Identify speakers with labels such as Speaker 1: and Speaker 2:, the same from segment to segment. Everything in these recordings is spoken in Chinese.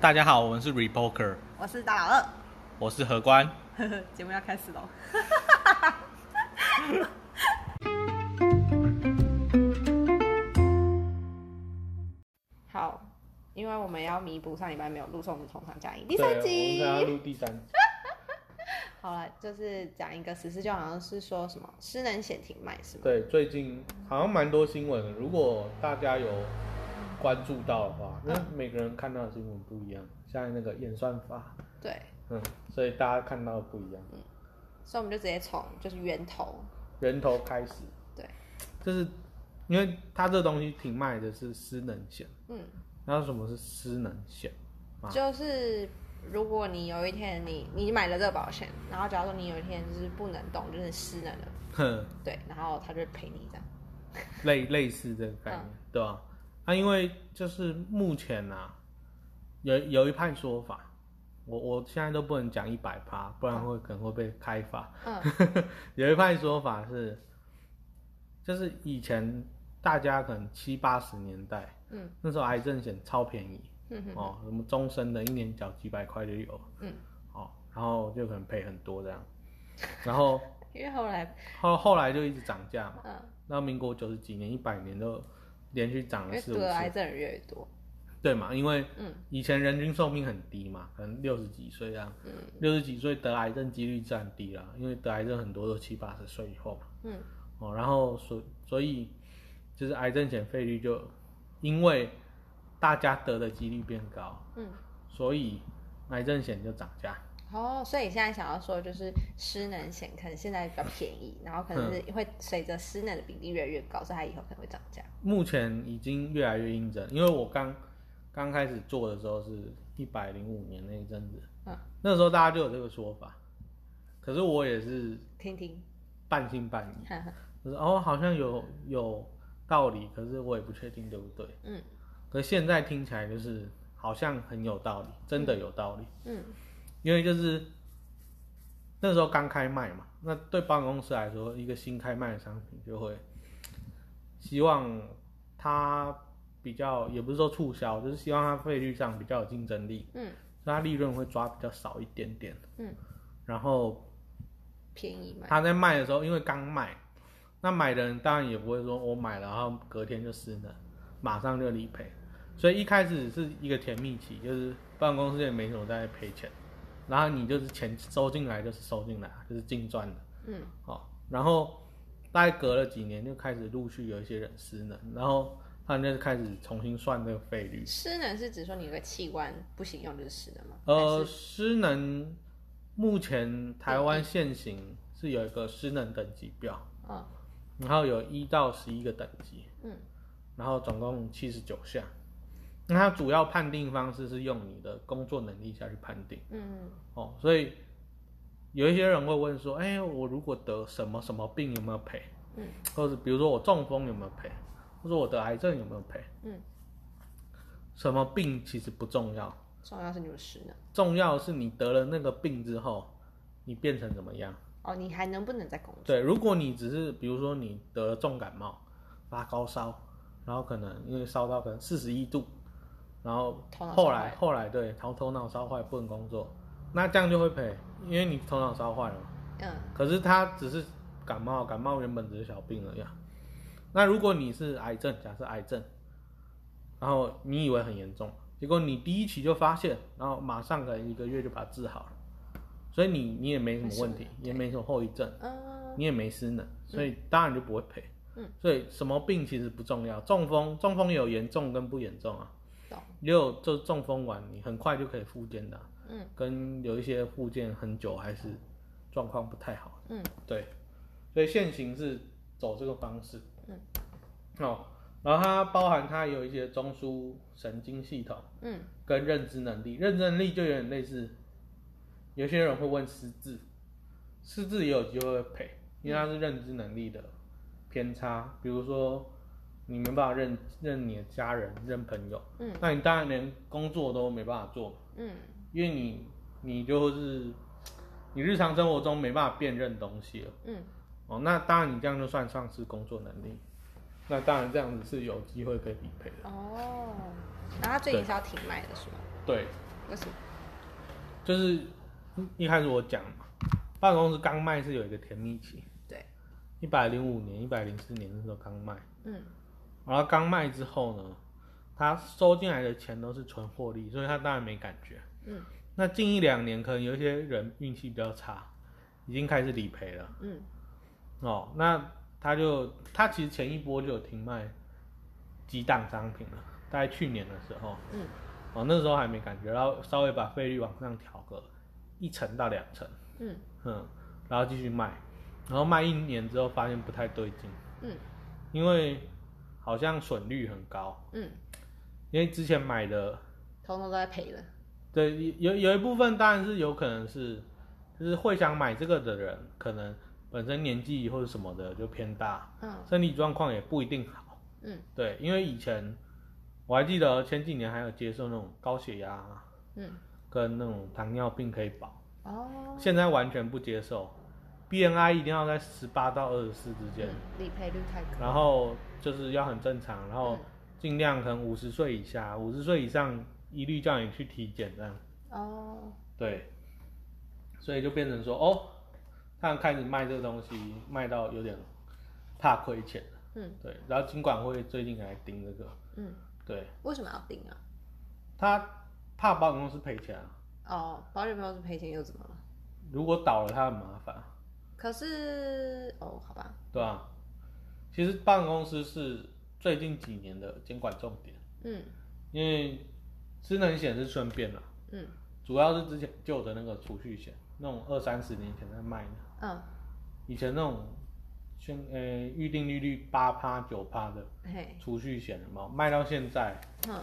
Speaker 1: 大家好，我们是 Repoker，
Speaker 2: 我是大老二
Speaker 1: 我是何官。
Speaker 2: 呵 呵，节目要开始喽。
Speaker 3: 好，因为我们要弥补上礼拜没有录，所以我们从上加一第
Speaker 4: 对，
Speaker 3: 三
Speaker 4: 我们等一下
Speaker 3: 集。
Speaker 4: 录第三集。
Speaker 3: 好了，就是讲一个实事，就好像是说什么失能险停卖是吗？
Speaker 4: 对，最近好像蛮多新闻的，如果大家有关注到的话，
Speaker 3: 嗯
Speaker 4: 那每个人看到的新闻不一样，现在那个演算法，
Speaker 3: 对，
Speaker 4: 嗯，所以大家看到的不一样。
Speaker 3: 所以我们就直接从就是源头，
Speaker 4: 人头开始，
Speaker 3: 对，
Speaker 4: 就是因为它这东西挺卖的是失能险，
Speaker 3: 嗯，
Speaker 4: 然后什么是失能 险？啊
Speaker 3: 就是如果你有一天你你买了这个保险，然后假如说你有一天就是不能动，就是失能了，
Speaker 4: 哼，
Speaker 3: 对，然后他就会赔你这样。
Speaker 4: 类类似这个概
Speaker 3: 嗯
Speaker 4: 念，对吧？那、因为就是目前啊，有有一派说法，我我现在都不能讲一百趴，不然会可能会被开罚。
Speaker 3: 嗯
Speaker 4: 有一派说法是，就是以前大家可能七八十年代，
Speaker 3: 嗯，
Speaker 4: 那时候癌症险超便宜，
Speaker 3: 嗯哼，
Speaker 4: 哦，什么终身的，一年缴几百块就有，
Speaker 3: 嗯，
Speaker 4: 哦，然后就可能赔很多这样，然后
Speaker 3: 因为后来，
Speaker 4: 后后来就一直涨价嘛。
Speaker 3: 嗯，
Speaker 4: 那民国九十几年、一百年都连续涨
Speaker 3: 因
Speaker 4: 了
Speaker 3: 为
Speaker 4: 四五
Speaker 3: 得癌
Speaker 4: 次，
Speaker 3: 症人越来越多，
Speaker 4: 对嘛？因为
Speaker 3: 哎啊嗯
Speaker 4: 以前人均寿命很低嘛，可能六十几岁啊，
Speaker 3: 嗯
Speaker 4: 六十几岁得癌症几率自然低啦，因为得癌症很多都七八十岁以后嘛。
Speaker 3: 嗯，
Speaker 4: 哦，然后所所以就是癌症险费率就因为大家得的几率变高，
Speaker 3: 嗯，
Speaker 4: 所以癌症险就涨价。
Speaker 3: 哦，所以你现在想要说就是失能险可能现在比较便宜，然后可能是会随着失能的比例越来越高，所以它以后可能会涨价。
Speaker 4: 目前已经越来越印证，因为我刚刚开始做的时候是一百零五年那一阵子，
Speaker 3: 嗯，
Speaker 4: 那时候大家就有这个说法，可是我也是
Speaker 3: 听听，
Speaker 4: 半信半疑，
Speaker 3: 哈哈
Speaker 4: 就是哦好像有有道理，可是我也不确定对不对，
Speaker 3: 嗯
Speaker 4: 可是现在听起来就是好像很有道理，真的有道理，
Speaker 3: 嗯
Speaker 4: 因为就是那时候刚开卖嘛，那对保险公司来说，一个新开卖的商品就会希望它比较，也不是说促销，就是希望它费率上比较有竞争力，
Speaker 3: 嗯，
Speaker 4: 所以它利润会抓比较少一点点。
Speaker 3: 嗯，
Speaker 4: 然后
Speaker 3: 便宜嘛，
Speaker 4: 他在卖的时候，因为刚卖，那买的人当然也不会说我买了，然后隔天就失能，马上就理赔。所以一开始是一个甜蜜期，就是办公室也没什么在赔钱，然后你就是钱收进来就是收进来，就是净赚的。
Speaker 3: 嗯，
Speaker 4: 哦，然后大概隔了几年就开始陆续有一些人失能，哦然后他们就开始重新算这个费率。
Speaker 3: 失能是指说你有个器官不行用就是失能吗？
Speaker 4: 呃，
Speaker 3: 还是，
Speaker 4: 失能目前台湾现行是有一个失能等级表。
Speaker 3: 嗯
Speaker 4: 然后有一到十一个等级，
Speaker 3: 嗯，
Speaker 4: 然后总共七十九项。那它主要判定方式是用你的工作能力下去判定
Speaker 3: 嗯
Speaker 4: 哦，所以有一些人会问说，哎，我如果得什么什么病有没有赔？
Speaker 3: 嗯，
Speaker 4: 或者比如说我中风有没有赔，或者我得癌症有没有赔？
Speaker 3: 嗯，
Speaker 4: 什么病其实不重要，
Speaker 3: 重要是你有失能
Speaker 4: 重要的是你得了那个病之后，你变成怎么样？
Speaker 3: 哦，你还能不能再工作？
Speaker 4: 对，如果你只是比如说你得了重感冒，发高烧，然后可能因为烧到可能四十一度，然后
Speaker 3: 头脑
Speaker 4: 后
Speaker 3: 烧
Speaker 4: 来
Speaker 3: 坏
Speaker 4: 后来对，头头脑烧坏不能工作，那这样就会赔，因为你头脑烧坏了嘛。
Speaker 3: 嗯
Speaker 4: 可是他只是感冒，感冒原本只是小病而已啊。那如果你是癌症，假设癌症，然后你以为很严重，结果你第一期就发现，然后马上可能一个月就把它治好了，所以你你也没什么问题，也没什么后遗症。
Speaker 3: 嗯
Speaker 4: 你也没失能，所以当然就不会赔。
Speaker 3: 嗯，
Speaker 4: 所以什么病其实不重要，中风中风有严重跟不严重啊，
Speaker 3: 懂
Speaker 4: 也有就中风完你很快就可以复健的啊、
Speaker 3: 嗯
Speaker 4: 跟有一些复健很久还是状况不太好，
Speaker 3: 嗯，
Speaker 4: 对，所以现行是走这个方式，
Speaker 3: 嗯，
Speaker 4: 哦，然后它包含它有一些中枢神经系统
Speaker 3: 嗯
Speaker 4: 跟认知能力，认知能力就有点类似，有些人会问失智，失智也有机会赔，因为它是认知能力的偏差，比如说你没办法认认你的家人、认朋友，
Speaker 3: 嗯，
Speaker 4: 那你当然连工作都没办法做，
Speaker 3: 嗯
Speaker 4: 因为你你就是你日常生活中没办法辨认东西了，
Speaker 3: 嗯
Speaker 4: 哦，那当然你这样就算丧失工作能力，那当然这样子是有机会可以理赔的，
Speaker 3: 哦，然后它最近是要停卖的是吗？
Speaker 4: 对，
Speaker 3: 为什么？
Speaker 4: 就是一开始我讲嘛，办公室刚卖是有一个甜蜜期，
Speaker 3: 对，
Speaker 4: 一百零五年、一百零四年那时候刚卖，
Speaker 3: 嗯，
Speaker 4: 然后刚卖之后呢，他收进来的钱都是纯获利，所以他当然没感觉。
Speaker 3: 嗯，
Speaker 4: 那近一两年可能有一些人运气比较差，已经开始理赔了。
Speaker 3: 嗯，
Speaker 4: 哦，那他就他其实前一波就有停卖几档商品了，大概去年的时候，
Speaker 3: 嗯，
Speaker 4: 哦那时候还没感觉，然后稍微把费率往上调个一成到两成，
Speaker 3: 嗯
Speaker 4: 嗯，然后继续卖，然后卖一年之后发现不太对劲，
Speaker 3: 嗯
Speaker 4: 因为好像损率很高，
Speaker 3: 嗯，
Speaker 4: 因为之前买的，
Speaker 3: 通通都在赔了。
Speaker 4: 对，有有一部分当然是有可能是，就是会想买这个的人，可能本身年纪或者什么的就偏大，
Speaker 3: 嗯
Speaker 4: 身体状况也不一定好。
Speaker 3: 嗯
Speaker 4: 对，因为以前我还记得前几年还有接受那种高血压啊
Speaker 3: 嗯，
Speaker 4: 跟那种糖尿病可以保，
Speaker 3: 哦，
Speaker 4: 现在完全不接受，BMI 一定要在十八到二十四之间
Speaker 3: 嗯，理赔率太高。
Speaker 4: 然后就是要很正常，然后尽量可能五十岁以下，五十岁以上一律叫你去体检这样。
Speaker 3: 哦，
Speaker 4: 对，所以就变成说，哦，他开始卖这个东西，卖到有点怕亏钱了
Speaker 3: 嗯
Speaker 4: 对，然后金管会最近来盯这个，
Speaker 3: 嗯，
Speaker 4: 对
Speaker 3: 为什么要定啊？
Speaker 4: 他怕保险公司赔钱啊，
Speaker 3: 哦，保险公司赔钱又怎么了？
Speaker 4: 如果倒了他很麻烦，
Speaker 3: 可是哦，好吧，
Speaker 4: 对吧、其实保险公司是最近几年的监管重点，
Speaker 3: 嗯
Speaker 4: 因为智能险是顺便啦，
Speaker 3: 嗯
Speaker 4: 主要是之前旧的那个储蓄险，那种二三十年前在卖的，
Speaker 3: 嗯，
Speaker 4: 以前那种现呃预定利率八趴九趴的
Speaker 3: 嘿，
Speaker 4: 储蓄险嘛，卖到现在，
Speaker 3: 嗯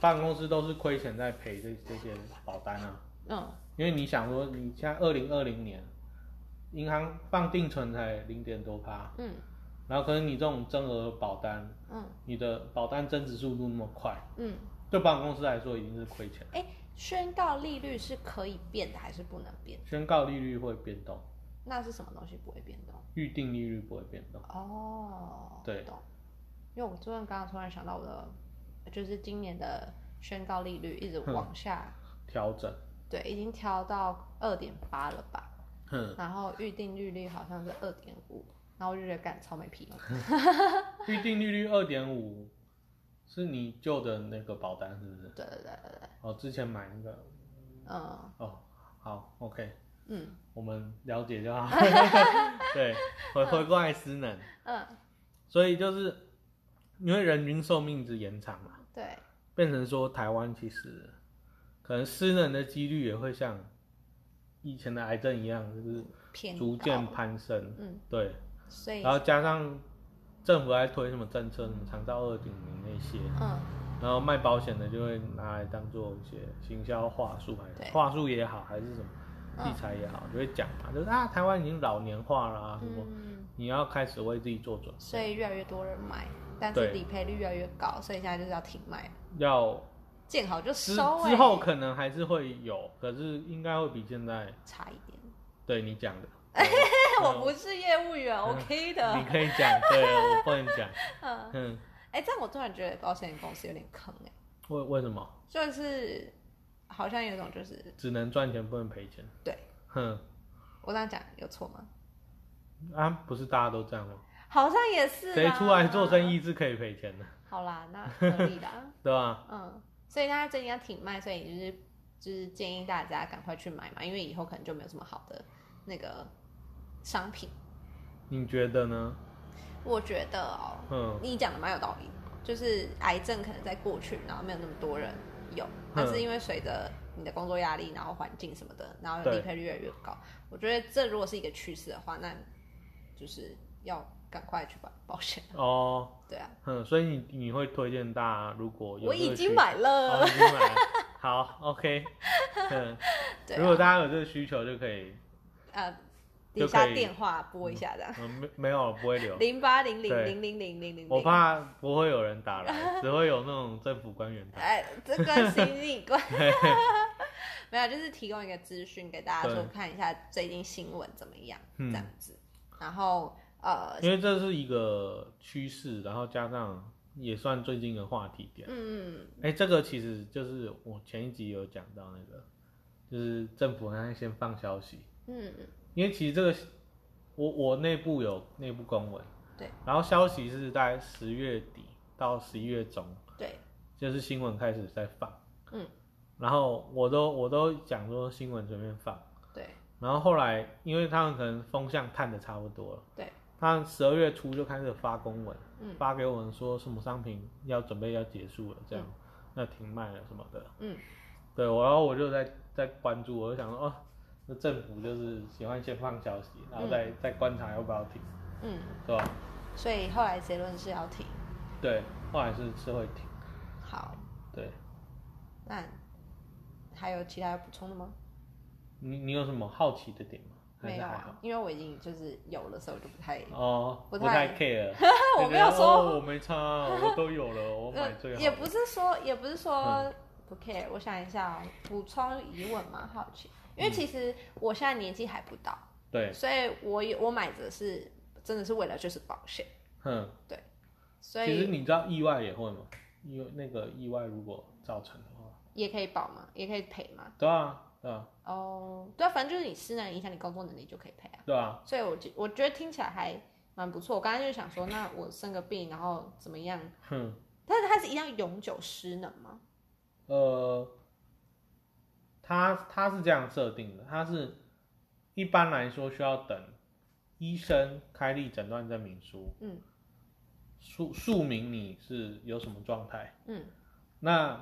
Speaker 4: 办公司都是亏钱在赔这这些保单啊。
Speaker 3: 嗯
Speaker 4: 因为你想说，你现在二零二零年，银行放定存才零点多趴，
Speaker 3: 嗯
Speaker 4: 然后可是你这种增额保单，
Speaker 3: 嗯
Speaker 4: 你的保单增值速度那么快，
Speaker 3: 嗯，
Speaker 4: 对保险公司来说已经是亏钱。
Speaker 3: 哎、宣告利率是可以变的还是不能变？
Speaker 4: 宣告利率会变动，
Speaker 3: 那是什么东西不会变动？
Speaker 4: 预定利率不会变动。
Speaker 3: 哦，
Speaker 4: 对
Speaker 3: 懂。因为我昨天刚刚突然想到我的，就是今年的宣告利率一直
Speaker 4: 哼
Speaker 3: 往下，
Speaker 4: 调整，
Speaker 3: 对，已经调到二点八了吧？
Speaker 4: 哼，
Speaker 3: 然后预定利率好像是二点五，然后我就觉得干超没 屁用。
Speaker 4: 预定利率二点五，是你旧的那个保单是不是？
Speaker 3: 对对对对对，
Speaker 4: 哦，之前买那个，
Speaker 3: 嗯
Speaker 4: 哦，好，OK，
Speaker 3: 嗯
Speaker 4: 我们了解就 好。对，回回过来失能，
Speaker 3: 嗯，
Speaker 4: 所以就是因为人均寿命一直延长嘛，
Speaker 3: 对，
Speaker 4: 变成说台湾其实可能失能的几率也会像以前的癌症一样，就是
Speaker 3: 偏
Speaker 4: 逐
Speaker 3: 高
Speaker 4: 渐攀升。
Speaker 3: 嗯，
Speaker 4: 对，
Speaker 3: 所以
Speaker 4: 然后加上政府在推什么政策，什么长照二点零那些，
Speaker 3: 嗯
Speaker 4: 然后卖保险的就会拿来当做一些行销话术，还
Speaker 3: 对
Speaker 4: 是话术也好，还是什么
Speaker 3: 嗯
Speaker 4: 器材也好，就会讲嘛，就是啊，台湾已经老年化啦、什么、
Speaker 3: 嗯，
Speaker 4: 你要开始为自己做准备，
Speaker 3: 所以越来越多人买，但是
Speaker 4: 对
Speaker 3: 理赔率越来越高，所以现在就是要停卖，
Speaker 4: 要
Speaker 3: 见好就
Speaker 4: 之
Speaker 3: 收、欸。
Speaker 4: 之后可能还是会有，可是应该会比现在
Speaker 3: 差一点，
Speaker 4: 对你讲的，嗯
Speaker 3: 但 我不是业务员，OK
Speaker 4: 你
Speaker 3: 的。
Speaker 4: 可以讲，对我不能讲，
Speaker 3: 嗯，
Speaker 4: 嗯，
Speaker 3: 哎、这样我突然觉得保险公司有点坑哎、
Speaker 4: 为为什么
Speaker 3: 就是好像有一种就是
Speaker 4: 只能赚钱不能赔钱？
Speaker 3: 对
Speaker 4: 哼
Speaker 3: 我这样讲有错吗？
Speaker 4: 啊，不是大家都这样吗？
Speaker 3: 好像也是。啊
Speaker 4: 谁出来做生
Speaker 3: 意？
Speaker 4: 意是可以赔钱的，
Speaker 3: 好啦，那合 理啦。
Speaker 4: 对吧？
Speaker 3: 嗯，所以大家最近要停卖，所以就是就是建议大家赶快去买嘛，因为以后可能就没有什么好的那个商品。
Speaker 4: 你觉得呢？
Speaker 3: 我觉得哦，
Speaker 4: 嗯
Speaker 3: 你讲的蛮有道理，就是癌症可能在过去，然后没有那么多人有，
Speaker 4: 嗯
Speaker 3: 但是因为随着你的工作压力，然后环境什么的，然后
Speaker 4: 对
Speaker 3: 理赔率越来越高，我觉得这如果是一个趋势的话，那就是要赶快去买保险。
Speaker 4: 哦，
Speaker 3: 对啊，
Speaker 4: 嗯，所以你你会推荐大家，如果有
Speaker 3: 我
Speaker 4: 这个
Speaker 3: 已
Speaker 4: 需
Speaker 3: 经买了，
Speaker 4: 哦，已经买了，好，OK，嗯，
Speaker 3: 对
Speaker 4: 如果
Speaker 3: 啊，
Speaker 4: 大家有这个需求就可以，
Speaker 3: 呃，
Speaker 4: 就
Speaker 3: 底下
Speaker 4: 可以
Speaker 3: 电话拨一下这样。
Speaker 4: 嗯，没没有不会留，
Speaker 3: 零八零零
Speaker 4: 对
Speaker 3: 零零零零零，
Speaker 4: 我怕不会有人打来，只会有那种政府官 员打。
Speaker 3: 哎，这关心你关，没有，就是提供一个资讯给大家
Speaker 4: 对
Speaker 3: 说看一下最近新闻怎么样，
Speaker 4: 嗯
Speaker 3: 这样子。然后呃，
Speaker 4: 因为这是一个趋势，然后加上也算最近的话题点。
Speaker 3: 嗯，
Speaker 4: 哎、这个其实就是我前一集有讲到那个，就是政府刚才先放消息，
Speaker 3: 嗯嗯
Speaker 4: 因为其实这个我我内部有内部公文，
Speaker 3: 对，
Speaker 4: 然后消息是在十月底到十一月中，
Speaker 3: 对，
Speaker 4: 就是新闻开始在放，
Speaker 3: 嗯，
Speaker 4: 然后我都我都讲说新闻随便放，
Speaker 3: 对
Speaker 4: 然后后来因为他们可能风向探的差不多了，
Speaker 3: 对，
Speaker 4: 他十二月初就开始发公文，
Speaker 3: 嗯
Speaker 4: 发给我们说什么商品要准备要结束了，这样、要停卖了什么的，
Speaker 3: 嗯，
Speaker 4: 对，我然后我就在在关注，我就想说哦。那政府就是喜欢先放消息，然后再、再观察要不要停，
Speaker 3: 嗯，
Speaker 4: 对吧？
Speaker 3: 所以后来结论是要停。
Speaker 4: 对，后来是是会停，
Speaker 3: 好，
Speaker 4: 对。
Speaker 3: 那还有其他要补充的吗？
Speaker 4: 你你有什么好奇的点吗？还
Speaker 3: 没
Speaker 4: 是
Speaker 3: 有
Speaker 4: 还好
Speaker 3: 啊，因为我已经就是有了，所以我就不太
Speaker 4: 哦，
Speaker 3: 不
Speaker 4: 不
Speaker 3: 太
Speaker 4: care。
Speaker 3: 我
Speaker 4: 就
Speaker 3: 没
Speaker 4: 觉
Speaker 3: 有
Speaker 4: 得
Speaker 3: 说呃
Speaker 4: 哦我没差啊，我都有了，我买最 好的。
Speaker 3: 也不是说，也不是说
Speaker 4: 嗯
Speaker 3: 不 care。我想一下哦，补充疑问蛮好奇，因为其实我现在年纪还不到，
Speaker 4: 对，
Speaker 3: 所以我也我买的是真的是为了就是保险，
Speaker 4: 哼。
Speaker 3: 所
Speaker 4: 其实
Speaker 3: 以
Speaker 4: 你知道意外也会吗？意那个意外如果造成的话，
Speaker 3: 也可以保嘛，也可以赔嘛。
Speaker 4: 对啊，对啊，
Speaker 3: 哦，对啊，反正就是你失能影响你工作能力就可以赔啊。
Speaker 4: 对啊，
Speaker 3: 所以我就我觉得听起来还蛮不错。我刚刚就想说，那我生个病，然后怎么样？
Speaker 4: 哼，
Speaker 3: 但是它是一样永久失能吗？
Speaker 4: 呃，他他是这样设定的，他是一般来说需要等医生开立诊断证明书，
Speaker 3: 嗯，
Speaker 4: 述述明你是有什么状态。
Speaker 3: 嗯
Speaker 4: 那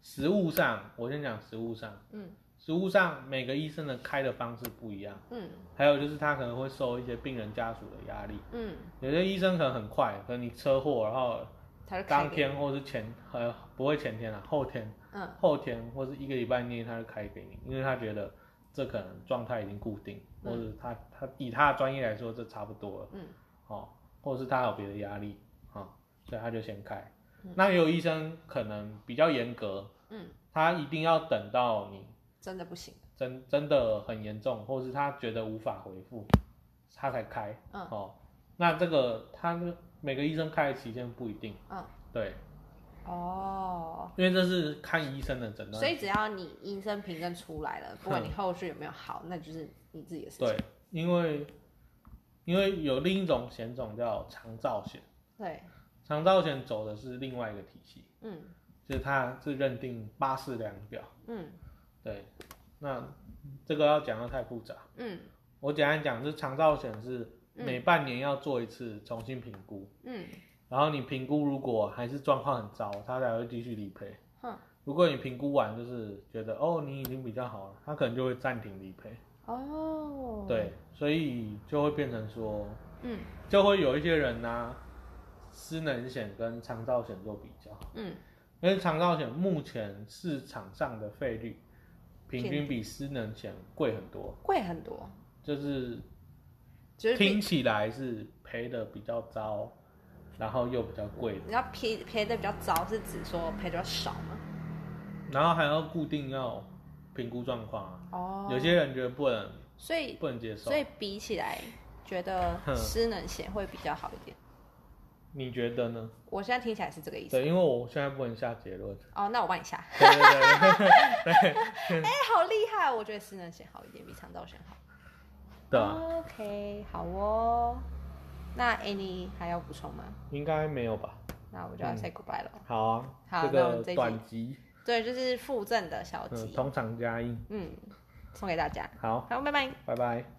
Speaker 4: 食物上，我先讲食物上，
Speaker 3: 嗯
Speaker 4: 食物上每个医生的开的方式不一样，
Speaker 3: 嗯
Speaker 4: 还有就是他可能会受一些病人家属的压力，
Speaker 3: 嗯，
Speaker 4: 有些医生可能很快，可能你车祸，然后
Speaker 3: 他就开
Speaker 4: 当
Speaker 3: 给你
Speaker 4: 天或是前呃不会前天啊，后天
Speaker 3: 嗯
Speaker 4: 后天或是一个礼拜内他就开给你，因为他觉得这可能状态已经固定，或
Speaker 3: 嗯
Speaker 4: 者他他以他的专业来说这差不多了，
Speaker 3: 嗯，
Speaker 4: 哦，或者是他有别的压力啊、哦所以他就先开。那也有医生可能比较严格，
Speaker 3: 嗯，
Speaker 4: 他一定要等到你
Speaker 3: 真的不行。
Speaker 4: 真真的很严重，或是他觉得无法回复，他才开。
Speaker 3: 嗯
Speaker 4: 哦，那这个他每个医生开的期限不一定。
Speaker 3: 嗯，
Speaker 4: 对，
Speaker 3: 哦，
Speaker 4: 因为这是看医生的诊断。
Speaker 3: 所以只要你医生评论出来了，不管你后续有没有好，那就是你自己的事情。
Speaker 4: 对，因为因为有另一种险种叫长照险，
Speaker 3: 对，
Speaker 4: 长照险走的是另外一个体系，
Speaker 3: 嗯
Speaker 4: 就是它是认定巴氏量表。
Speaker 3: 嗯
Speaker 4: 对，那这个要讲的太复杂，
Speaker 3: 嗯
Speaker 4: 我简单讲，就是长照险是
Speaker 3: 嗯
Speaker 4: 每半年要做一次重新评估，
Speaker 3: 嗯
Speaker 4: 然后你评估如果还是状况很糟，它才会继续理赔。
Speaker 3: 哼，
Speaker 4: 如果你评估完就是觉得哦你已经比较好了，它可能就会暂停理赔。
Speaker 3: 哦，，
Speaker 4: 对，所以就会变成说，
Speaker 3: 嗯
Speaker 4: 就会有一些人呐、失能险跟长照险做比较，
Speaker 3: 嗯
Speaker 4: 因为长照险目前市场上的费率平均比失能险贵很多，
Speaker 3: 贵很多，
Speaker 4: 就是
Speaker 3: 就是比
Speaker 4: 听起来是赔的比较糟，然后又比较贵，
Speaker 3: 你要赔赔的比较早，是指说赔的比较少吗？
Speaker 4: 然后还要固定要评估状况啊。
Speaker 3: 哦，
Speaker 4: 有些人觉得不能
Speaker 3: 所以
Speaker 4: 不能接受
Speaker 3: 所，以比起来，觉得
Speaker 4: 哼
Speaker 3: 失能险会比较好一点。
Speaker 4: 你觉得呢？
Speaker 3: 我现在听起来是这个意思。
Speaker 4: 对，因为我现在不能下结 论。
Speaker 3: 哦，那我帮你下。
Speaker 4: 对对对，
Speaker 3: 哎、好厉害！我觉得失能险好一点，比长照险好。
Speaker 4: 对啊，
Speaker 3: OK，好哦。那 Annie 还要补充吗？
Speaker 4: 应该没有吧？
Speaker 3: 那我就
Speaker 4: 嗯
Speaker 3: 要 say goodbye 了。
Speaker 4: 好啊，
Speaker 3: 好
Speaker 4: 这
Speaker 3: 那我们
Speaker 4: 个
Speaker 3: 这一集
Speaker 4: 短集，
Speaker 3: 对，就是附赠的小
Speaker 4: 嗯，
Speaker 3: 集，
Speaker 4: 同场加映。
Speaker 3: 嗯，送给大家。
Speaker 4: 好，
Speaker 3: 好，拜拜。
Speaker 4: 拜拜。